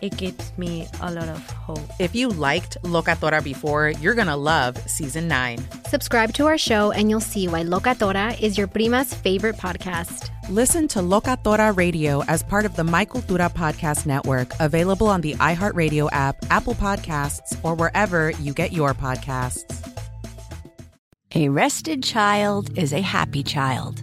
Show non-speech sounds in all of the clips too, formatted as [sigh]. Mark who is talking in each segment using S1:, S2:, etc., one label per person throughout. S1: it gives me a lot of hope.
S2: If you liked Locatora before, you're gonna love Season 9.
S3: Subscribe to our show, and you'll see why Locatora is your prima's favorite podcast.
S2: Listen to Locatora Radio as part of the Michael Tura Podcast Network, available on the iHeartRadio app, Apple Podcasts, or wherever you get your podcasts.
S4: A rested child is a happy child.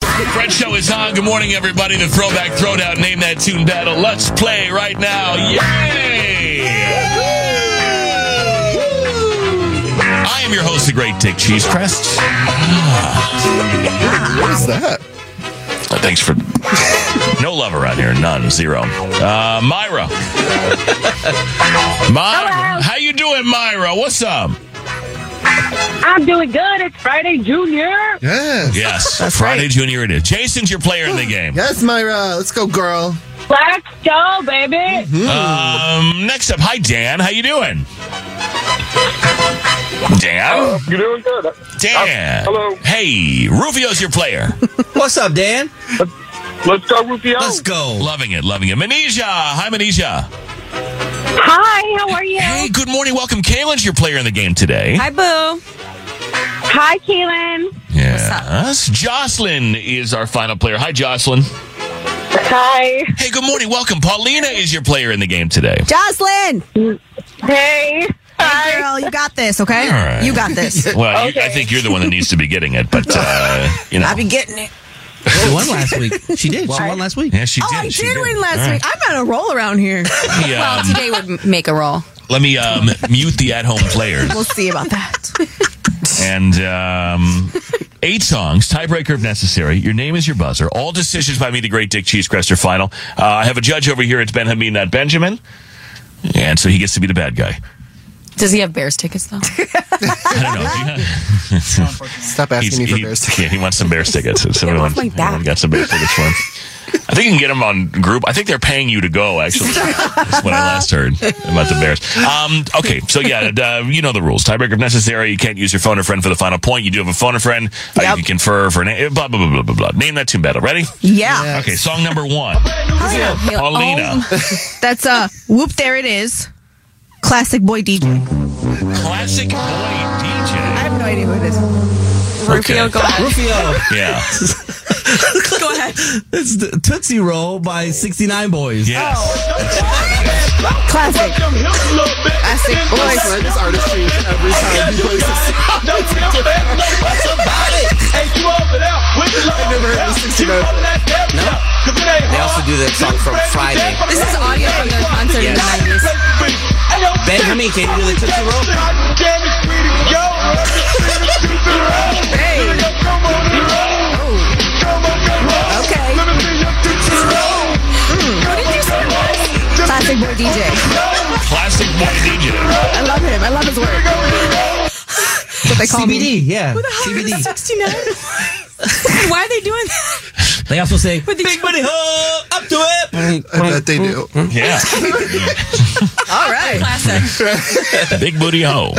S5: The Fred Show is on. Good morning, everybody. The Throwback Throwdown. Name that tune battle. Let's play right now. Yay! I am your host, the Great Dick Cheese Crest.
S6: What is that?
S5: Thanks for [laughs] no love around here. None. Zero. Uh, Myra. Myra, how you doing, Myra? What's up?
S7: I'm doing good. It's Friday, Junior.
S6: Yes.
S5: Yes, Friday Junior. It is. Jason's your player in the game.
S6: Yes, Myra. Let's go, girl.
S7: Let's go, baby.
S5: Um, next up, hi Dan. How you doing? Dan.
S7: You're doing good.
S5: Dan.
S7: Hello.
S5: Hey, Rufio's your player.
S8: What's up, Dan?
S7: Let's go, Rufio.
S8: Let's go.
S5: loving it, loving it. Manisha. Hi, Manisha.
S7: Hi, how are you?
S5: Hey, good morning. Welcome. Kaylin's your player in the game today.
S1: Hi, Boo.
S7: Hi, Keelan.
S5: Yes. Jocelyn is our final player. Hi, Jocelyn.
S7: Hi.
S5: Hey, good morning. Welcome. Paulina is your player in the game today.
S9: Jocelyn,
S7: Hey. Hi.
S9: girl, you got this, okay?
S5: All right.
S9: You got [laughs] this.
S5: Well, you,
S7: Okay.
S5: I think you're the one that needs to be getting it, but uh,
S9: [laughs]
S5: you know.
S9: I've been getting it.
S8: She won last week. She did. She won last week.
S5: yeah, she
S9: Oh,
S5: did.
S9: I
S5: she
S9: did win last
S5: All right.
S9: week. I'm on a roll around here.
S5: Let me, um,
S1: Today would make a roll.
S5: let me um, mute the at-home players.
S9: We'll see about [laughs] that.
S5: and um, eight songs, tiebreaker if necessary. Your name is your buzzer. All decisions by me, the great Dick Cheesecrest, are final. Uh, I have a judge over here. It's Ben Hameen, not Benjamin. And so he gets to be the bad guy.
S1: Does he have Bears tickets, though?
S5: [laughs] I don't know. Yeah.
S6: Stop asking
S5: He's-
S6: me for
S5: he,
S8: [laughs]
S6: bears.
S5: yeah, he wants
S6: [laughs]
S5: some Bears tickets. It's everyone,
S9: off my back.
S5: everyone got some Bears tickets for him. I think you can get them on group. I think they're paying you to go, actually. That's what I last heard about the Bears. Um, okay, so yeah, uh, you know the rules. Tiebreaker if necessary. You can't use your phone or friend for the final point. You do have a phone or friend. Uh, you can confer for name. Blah, blah, blah, blah, blah, blah. Name that tune battle. Ready?
S9: Yeah.
S5: Okay, song number one. Paulina.
S9: That's a uh, whoop. There it is. Classic boy DJ.
S5: Classic boy
S9: I
S5: DJ.
S9: have no idea what it is.
S5: Okay.
S8: Rufio.
S5: Yeah.
S9: Go ahead.
S8: It's the Tootsie Roll by 69 Boys.
S5: Yes.
S9: Classic.
S7: Classic
S6: I swear Oh this artist changes every time he plays this.
S7: I never heard of 69
S10: They also do that song from Friday.
S9: This is audio from their concert in
S10: Yes.
S9: the 90s.
S10: Ben, how many can you do the Tootsie Roll?
S9: Okay. Who did you say it was? Classic boy DJ.
S5: Classic boy DJ.
S9: I love him. I love his work. That's what they call me.
S8: CBD, yeah. CBD.
S9: 69. [laughs] Why are they doing that?
S8: They also say, Big Money Ho, up to it.
S6: I bet they do.
S5: Yeah.
S9: [laughs] All right. Classic.
S5: [laughs] Big Booty Ho.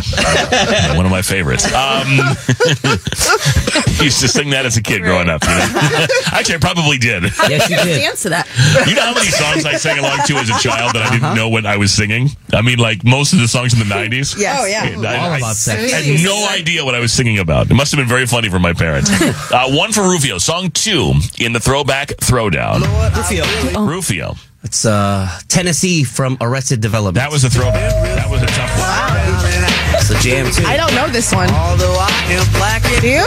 S5: One of my favorites. Um, [laughs] used to sing that as a kid growing up. You know? Actually, I probably did.
S8: Yes, you did.
S9: Dance to that.
S5: You know how many songs I sang along to as a child that I didn't know what I was singing? I mean, like most of the songs in the 90s.
S9: Yes. Oh, Uh-huh. yeah.
S5: And I,
S8: All
S5: I
S8: about sex.
S5: had no idea what I was singing about. It must have been very funny for my
S9: [laughs]
S5: parents. Uh, one for Rufio, song two in the throwback throwdown.
S8: Rufio.
S9: Oh.
S5: Rufio.
S8: It's uh, Tennessee from Arrested Development.
S5: That was a throwback. That was a tough one.
S8: That's the jam, too.
S9: I don't know this one.
S10: Although I am black and
S9: Do you?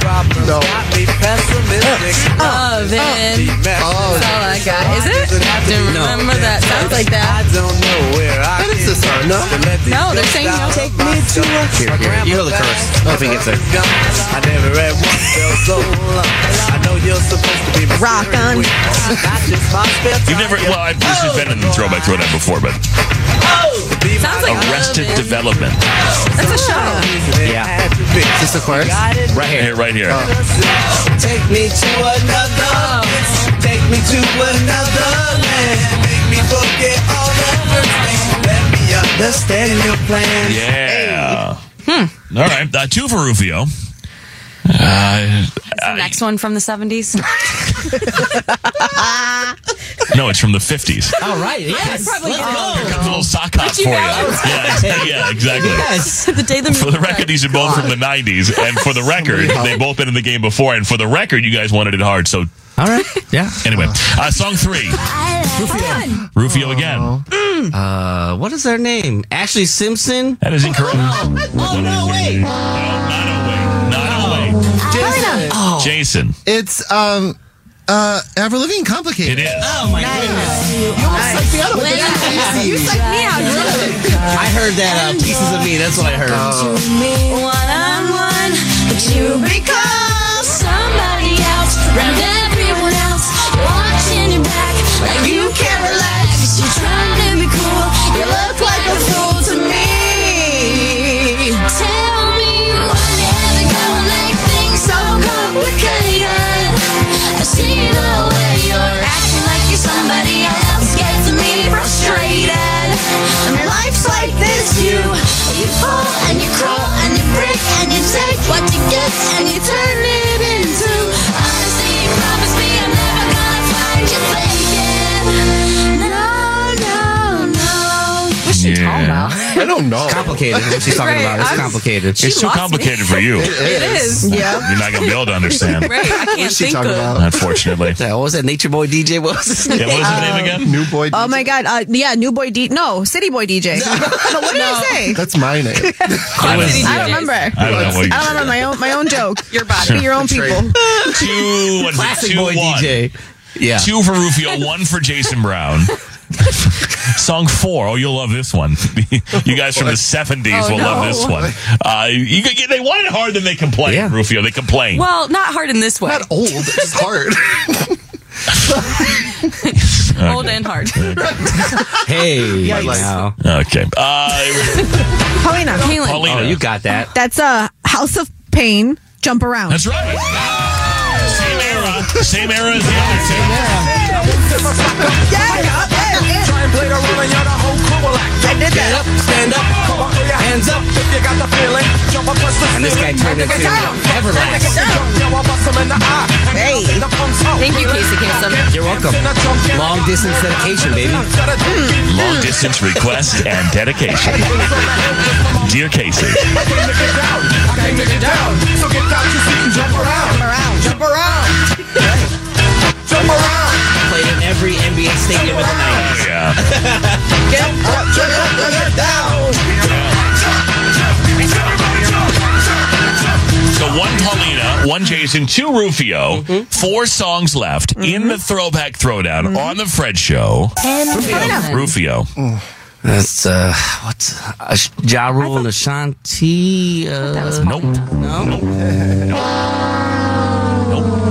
S10: problems
S6: No.
S10: got me
S9: [laughs]
S10: pessimistic.
S9: Oven.
S6: Oh,
S9: Oh, all I got. Is it? remember that. Sounds like
S10: I
S9: that.
S10: don't know where I
S6: That is the song, no?
S9: No, Oh, they're saying no.
S10: Take me to a
S8: Here, here. You hear the chorus. I think it's there.
S10: I never at once felt
S9: [laughs]
S10: so alone. I know you're supposed to be my
S9: Rock
S10: spirit
S9: on.
S10: queen. Not just my spare
S5: You've
S10: time,
S5: never, well, I, this has been in the throwback throwdown before, but
S10: be my
S9: Sounds like
S5: Arrested Development.
S9: That's a show.
S8: Yeah.
S10: had to be.
S6: is this the chorus?
S10: Guided
S5: Right here. Oh. Right here.
S10: Take me to another. Take me to another land. Make me forget all the hurt. Let me understand your plan.
S5: Yeah. All right. Uh, two for Rufio. Uh,
S9: Next one from the
S5: [laughs]
S9: 70s.
S5: no, it's from the 50s.
S8: All right. Yes.
S9: probably
S8: Let's
S9: get
S8: go.
S5: Got the little sock hop for you. Yeah, ex- yeah, exactly.
S8: Yes.
S9: the day the
S5: For the record, these are both from the 90s. And for the record, they've both been in the game before. And for the record, you guys wanted it hard. So,
S8: All right. Yeah.
S5: anyway, uh, song three Rufio again.
S8: Uh, what is their name? Ashley Simpson?
S5: That is incorrect.
S8: Oh, no, wait.
S5: No, not away. Not away.
S6: Jason.
S5: Oh. Jason.
S6: It's um uh ever living complicated.
S5: It is.
S8: Oh, my goodness.
S9: You suck me out.
S8: I heard that uh, Pieces of Me. That's what I heard.
S7: One on one, but you become somebody else around everyone else. Watching your back like you can't relax. You're trying to be cool. You look like a fool to me. Tell me why you ever gonna make things so complicated. I see the way you're acting like you're somebody else gets me frustrated. And life's like this, you you fall and you crawl and you break and you take what you get and you turn it into honesty. Promise me I'm never gonna find you faking. No, no, no.
S9: What's she talking about?
S6: I don't know.
S8: Complicated. What she's talking about. It's complicated.
S9: She
S5: It's too
S9: lost me.
S5: complicated for you.
S9: It is. Yeah.
S5: You're not going to be able to understand,
S11: [laughs]
S9: Right. I can't
S6: What's she
S9: think
S6: talking
S9: of.
S6: about?
S5: unfortunately.
S8: Yeah, what was that? Nature Boy DJ? What was his name?
S5: Yeah, what is his name again?
S6: New boy.
S9: Oh my god. Uh, yeah, new boy D. No, city boy DJ. [laughs] no, what did I say?
S6: That's my name.
S5: I don't,
S9: [laughs] I don't remember. I
S5: I don't know what you
S9: don't remember my own my own joke. Your body.
S5: [laughs]
S9: Be your own people.
S8: [laughs]
S5: Two, what is it?
S8: [laughs] Classic
S5: Two,
S8: Boy
S5: one.
S8: DJ. Yeah.
S5: Two
S8: [laughs]
S5: for Rufio, one for Jason Brown. [laughs] Song four. Oh, you'll love this one. [laughs] you guys from the seventies
S8: Oh,
S5: will love this one. Uh, you, could get- they want it hard, then they complain.
S8: Yeah.
S5: Rufio, they complain.
S9: Well, not hard in this way.
S6: Not old. It's just hard.
S5: okay.
S9: hard.
S8: Hey. Now.
S5: Okay. Uh,
S9: Paulina.
S5: Paulina.
S8: [laughs] Oh, you got that.
S9: That's a uh, House of Pain. Jump around.
S5: That's right. Same era. Same era as the other two.
S10: Try and play the role and you're the whole crew will act. I did that. up, stand up, come on, throw your hands up if you got the feeling. Jump up, press the
S8: And this guy
S10: ceiling.
S8: turned into Everlast.
S10: Now I bust 'em in the eye.
S9: Hey. Thank you, Casey Kasem.
S8: You're welcome. Long distance dedication, baby.
S5: Long distance request and
S8: [laughs]
S5: dedication. Dear Casey,
S10: Down, so get out your seat and jump around. Jump around.
S12: Him around. Played in every NBA stadium in the 90s.
S5: Oh, Yeah.
S12: Get up, get up, get down.
S5: So one Paulina, one Jason, two Rufio, four songs left in the throwback throwdown on the Fred Show.
S7: And Paulina.
S5: Rufio.
S12: That's uh, what's uh, Ja Rule and Ashanti? Uh, that was
S5: nope.
S12: No.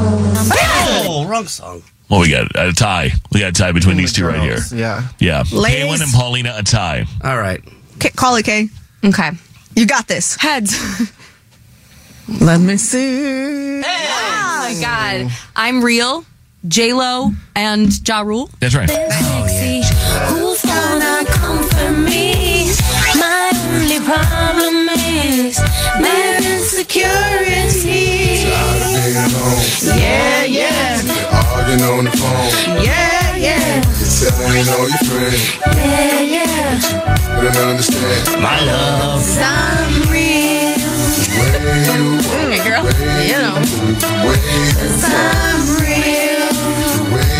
S6: Oh, wrong song.
S5: Well, we got a tie. We got a tie between these two right here.
S6: Yeah.
S5: Yeah.
S9: Ladies.
S5: Kaylin and Paulina, a tie.
S12: All right.
S9: K- call it, Kay. Okay. You got this. Heads.
S2: Let me see.
S13: Oh my god. I'm real. J Lo and Ja Rule.
S5: That's right.
S7: Sexy. Who's gonna comfort me? My only problem is their insecurity. Yeah, yeah.
S14: Arguing on the phone.
S7: Yeah, yeah.
S14: You're telling all your friends,
S7: Yeah, yeah.
S14: but I don't understand. My love.
S7: I'm real. Mm, girl, you know. I'm real.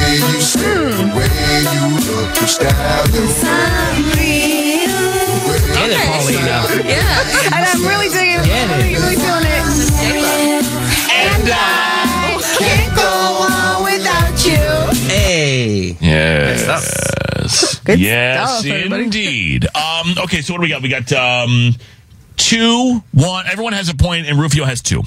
S14: You say the way you look, your style, your
S7: I'm real.
S12: Get it, Paulina.
S7: Yeah. And I'm really digging it. I'm really, really feeling it. And I can't go on without you.
S12: Hey.
S5: Yes.
S7: Good
S5: yes,
S7: stuff, everybody.
S5: indeed. Um, okay, so what do we got? We got um, two, one. Everyone has a point, and Rufio has
S7: [laughs]
S5: two.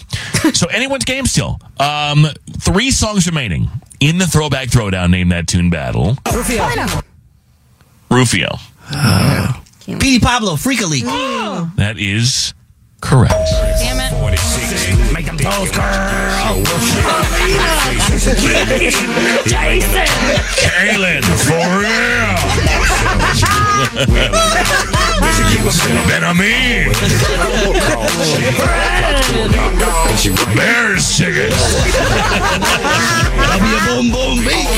S5: so anyone's game still. Um, three songs remaining in the throwback throwdown. Name that tune battle.
S12: Rufio.
S5: Rufio.
S12: P. Pablo, Freak a Leak.
S5: That is correct.
S13: Damn it.
S12: Make them toes curl.
S7: Kaylin,
S5: for real. Ben Ami. Bears tickets.
S7: Boom, boom, beat.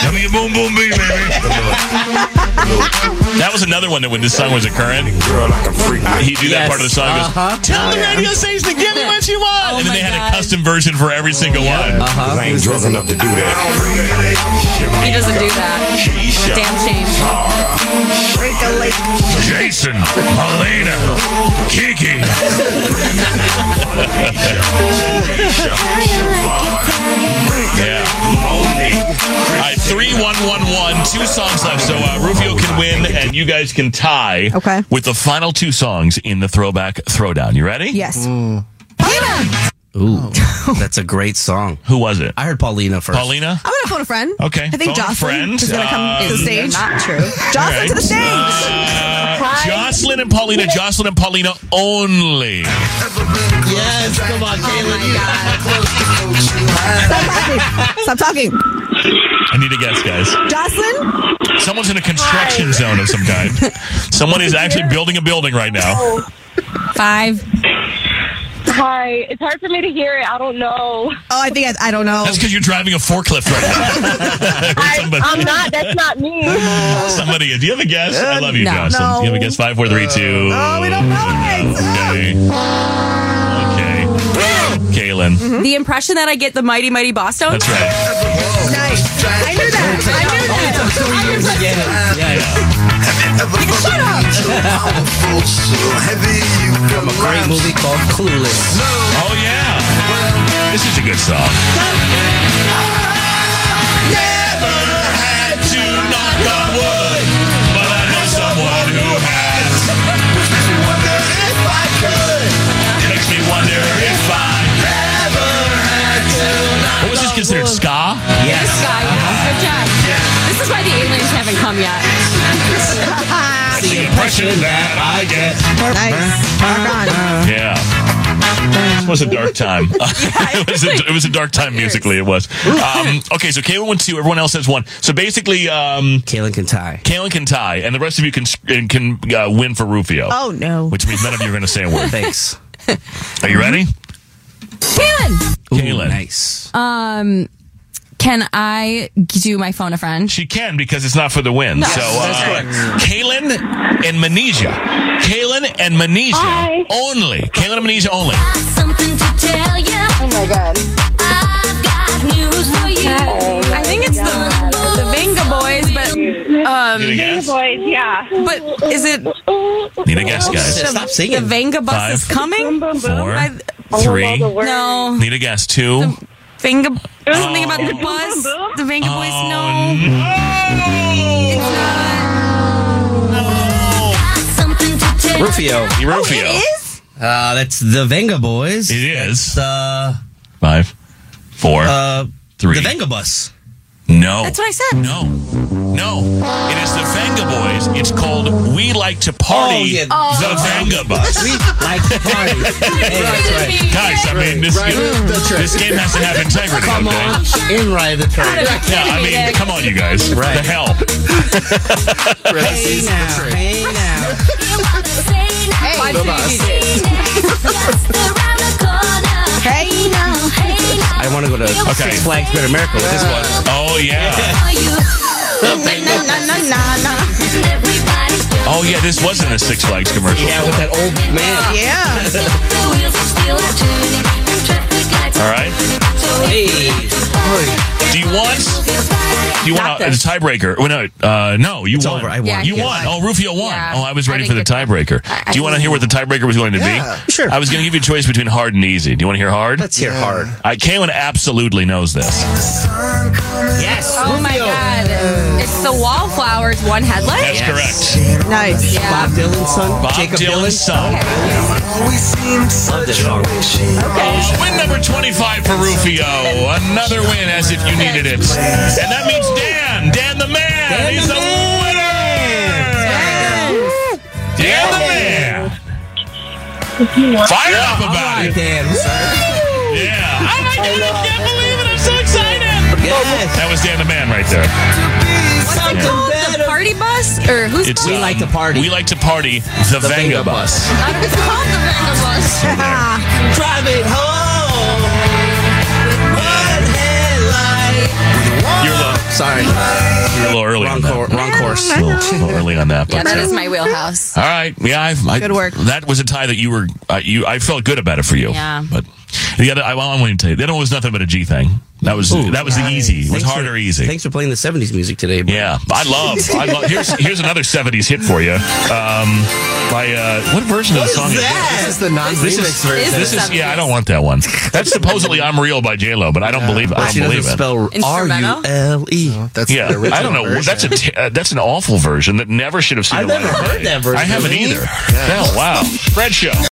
S5: Give me a boom boom beat, baby. That was another one that when this song was a current, he'd do that part of the song. Goes,
S7: Uh-huh.
S5: Tell the radio station to give me what you want. and then they had a custom version for every single one.
S12: Uh-huh.
S5: I ain't drunk enough to do that.
S13: He doesn't do that. Damn shame.
S5: Jason, Elena, Kiki. yeah. All right, three, one, one, one. Two songs left, so uh, Rufio can win, and you guys can tie.
S9: Okay.
S5: With the final two songs in the throwback throwdown. You ready?
S9: Yes.
S12: Ooh, that's a great song.
S5: Who was it?
S12: I heard Paulina first.
S5: Paulina?
S9: I'm going to phone a friend.
S5: Okay,
S9: I think
S5: phone a
S9: Jocelyn
S5: friend.
S9: is going to come to the
S5: Um,
S9: stage.
S5: Not
S9: true. Jocelyn to the stage.
S5: Uh, Jocelyn and Paulina. Jocelyn and Paulina only.
S12: Yes, come
S13: Oh
S12: on, Kaylin.
S9: Stop talking.
S5: I need a guess, guys.
S9: Jocelyn?
S5: Someone's in a construction zone of some kind.
S9: [laughs]
S5: Someone is actually building a building right now.
S9: Oh.
S13: Five.
S15: Hi. It's hard for me to hear it. I don't know.
S9: Oh, I think I, I don't know.
S5: That's because you're driving a forklift right
S9: [laughs]
S5: now. [laughs] Or somebody-
S15: I'm not. That's not me.
S5: [laughs] Somebody is. Do you have a guess? I love you,
S15: No.
S5: Jocelyn. Do you have a guess? Five, four, three, two.
S9: Oh, we don't know
S5: Okay. Okay. Kaylin.
S9: Mm-hmm.
S13: The impression that I get the mighty mighty Boston.
S5: That's right.
S13: Nice. I knew that. I knew that.
S7: Shut up.
S12: From a great movie called Clueless.
S5: Oh yeah. This is a good song. Makes me wonder if I What was this considered? Ska?
S13: This guy, yeah. Good job. This is why the aliens haven't come yet.
S5: That's the impression that I get. Yeah. This was a dark [laughs] time. it, was a, it was a dark time musically. It was. Um, okay, so Kaylin went two. Everyone else has one. So basically, um,
S12: Kaylin can tie.
S5: Kaylin can tie, and the rest of you can and can uh, win for Rufio.
S9: Oh, no.
S5: Which means none of you are going to say a word.
S12: Thanks.
S5: Are you ready,
S13: Kaylin.
S5: Kaylin?
S12: Nice.
S13: Um, can I do my phone a friend?
S5: She can because it's not for the win.
S13: No.
S5: So,
S13: That's
S5: uh,
S13: correct.
S5: Kaylin and Manesia. Kaylin and Manesia
S7: Hi.
S5: only. Kaylin and Manesia only.
S7: Something to tell you. Oh my god. I've got news for you. I think
S13: Um,
S5: Need a guess?
S15: Boys, yeah.
S13: But is it?
S5: Need a guess, guys.
S13: Stop singing. The Venga bus is
S5: Five,
S13: coming.
S5: four,
S13: By
S5: three.
S13: No.
S5: Need a guess. Two.
S8: Oh,
S13: Venga. Something about
S5: Oh.
S13: the bus. The Venga boys. No.
S5: Oh,
S8: Rufio.
S5: Rufio.
S8: Uh, that's the Venga Boys. It
S5: is.
S8: Uh,
S5: Five. Four.
S8: Uh,
S5: three.
S8: The Venga Bus.
S5: No.
S8: That's what I said.
S5: No. No. It is the Vanga Boys. It's called We Like to Party
S8: Oh, yeah.
S5: the Vanga
S8: [laughs]
S5: Bus.
S8: We like to
S13: [laughs]
S8: party.
S5: Guys, I mean, this,
S8: Right. That's right.
S5: this game has to have integrity.
S8: Come
S5: okay?
S8: on.
S12: In right the train.
S5: Yeah, I mean, come on, you guys. Right. The hell.
S12: Hey now, hey now.
S7: Hey,
S12: I want to go to
S5: Okay.
S12: Six Flags Great America with this one.
S5: Oh, yeah. Oh, yeah, this wasn't a Six Flags commercial.
S12: Yeah, with that old man.
S9: Yeah.
S5: All right. Do you want? Do you want a, a tiebreaker? Oh, no, uh, no, you won.
S8: over. I won. Yeah,
S5: you
S8: I
S5: won.
S8: won.
S5: Oh, Rufio won.
S8: Yeah.
S5: Oh, I was ready
S8: I
S5: for the
S8: didn't
S5: tiebreaker.
S8: I
S5: Do you want to hear what the tiebreaker was going to
S8: Yeah,
S5: be?
S8: sure.
S5: I was going to give you a choice between hard and easy. Do you want to hear hard?
S8: Let's hear Yeah. hard.
S5: I Kaylin absolutely knows this.
S8: Yes.
S13: Oh my God! It's the Wallflowers. One headlight.
S5: That's
S13: correct. Nice.
S8: Bob Dylan's son.
S5: Bob
S8: Jacob
S5: Dylan's son.
S8: Love this song.
S5: Win number 25 for Rufio. Another win as if you needed it. And that means Dan. Dan the man. He's the winner. Dan the man. Fired up about it. Yeah. I like it. I can't believe it. I'm so excited. That was Dan the man right there.
S13: What's it called? The party bus, or who's?
S5: It's, we like to party. We like to party. The, Venga bus.
S13: It's called the Venga bus.
S5: [laughs]
S10: Drive it home. One headlight.
S5: You're low. Sorry. You're a little early on that. wrong course. A little, a little early on that.
S13: Yeah,
S5: but,
S13: that
S5: uh,
S13: is my wheelhouse.
S5: All right. Yeah, I've, I,
S13: Good work.
S5: That was a tie that you were. Uh, you, I felt good about it for you.
S13: Yeah.
S5: But the other, I, well, I wanted to tell you, the other one was nothing but a G thing. That was that was the easy. It was hard or easy.
S12: Thanks for playing the 70s music today, bro.
S5: Yeah, I love. I love. Here's here's another '70s hit for you. Um, by uh, what version of the song is this?
S6: This is the non-remix
S5: This is,
S6: version.
S5: this is yeah. I don't want that one. That's supposedly "I'm Real" by J Lo, but I don't believe it. I
S12: But
S5: don't
S12: she
S5: believe
S12: doesn't
S5: it.
S12: spell
S13: Instrumental?
S12: R-U-L-E.
S6: That's
S5: yeah, I don't know. That's a t- uh, that's an awful version that never should have seen.
S12: I've
S5: the light
S12: never
S5: of
S12: heard
S5: day.
S12: that version.
S5: I haven't
S12: Really?
S5: either. Oh wow, Fred Show.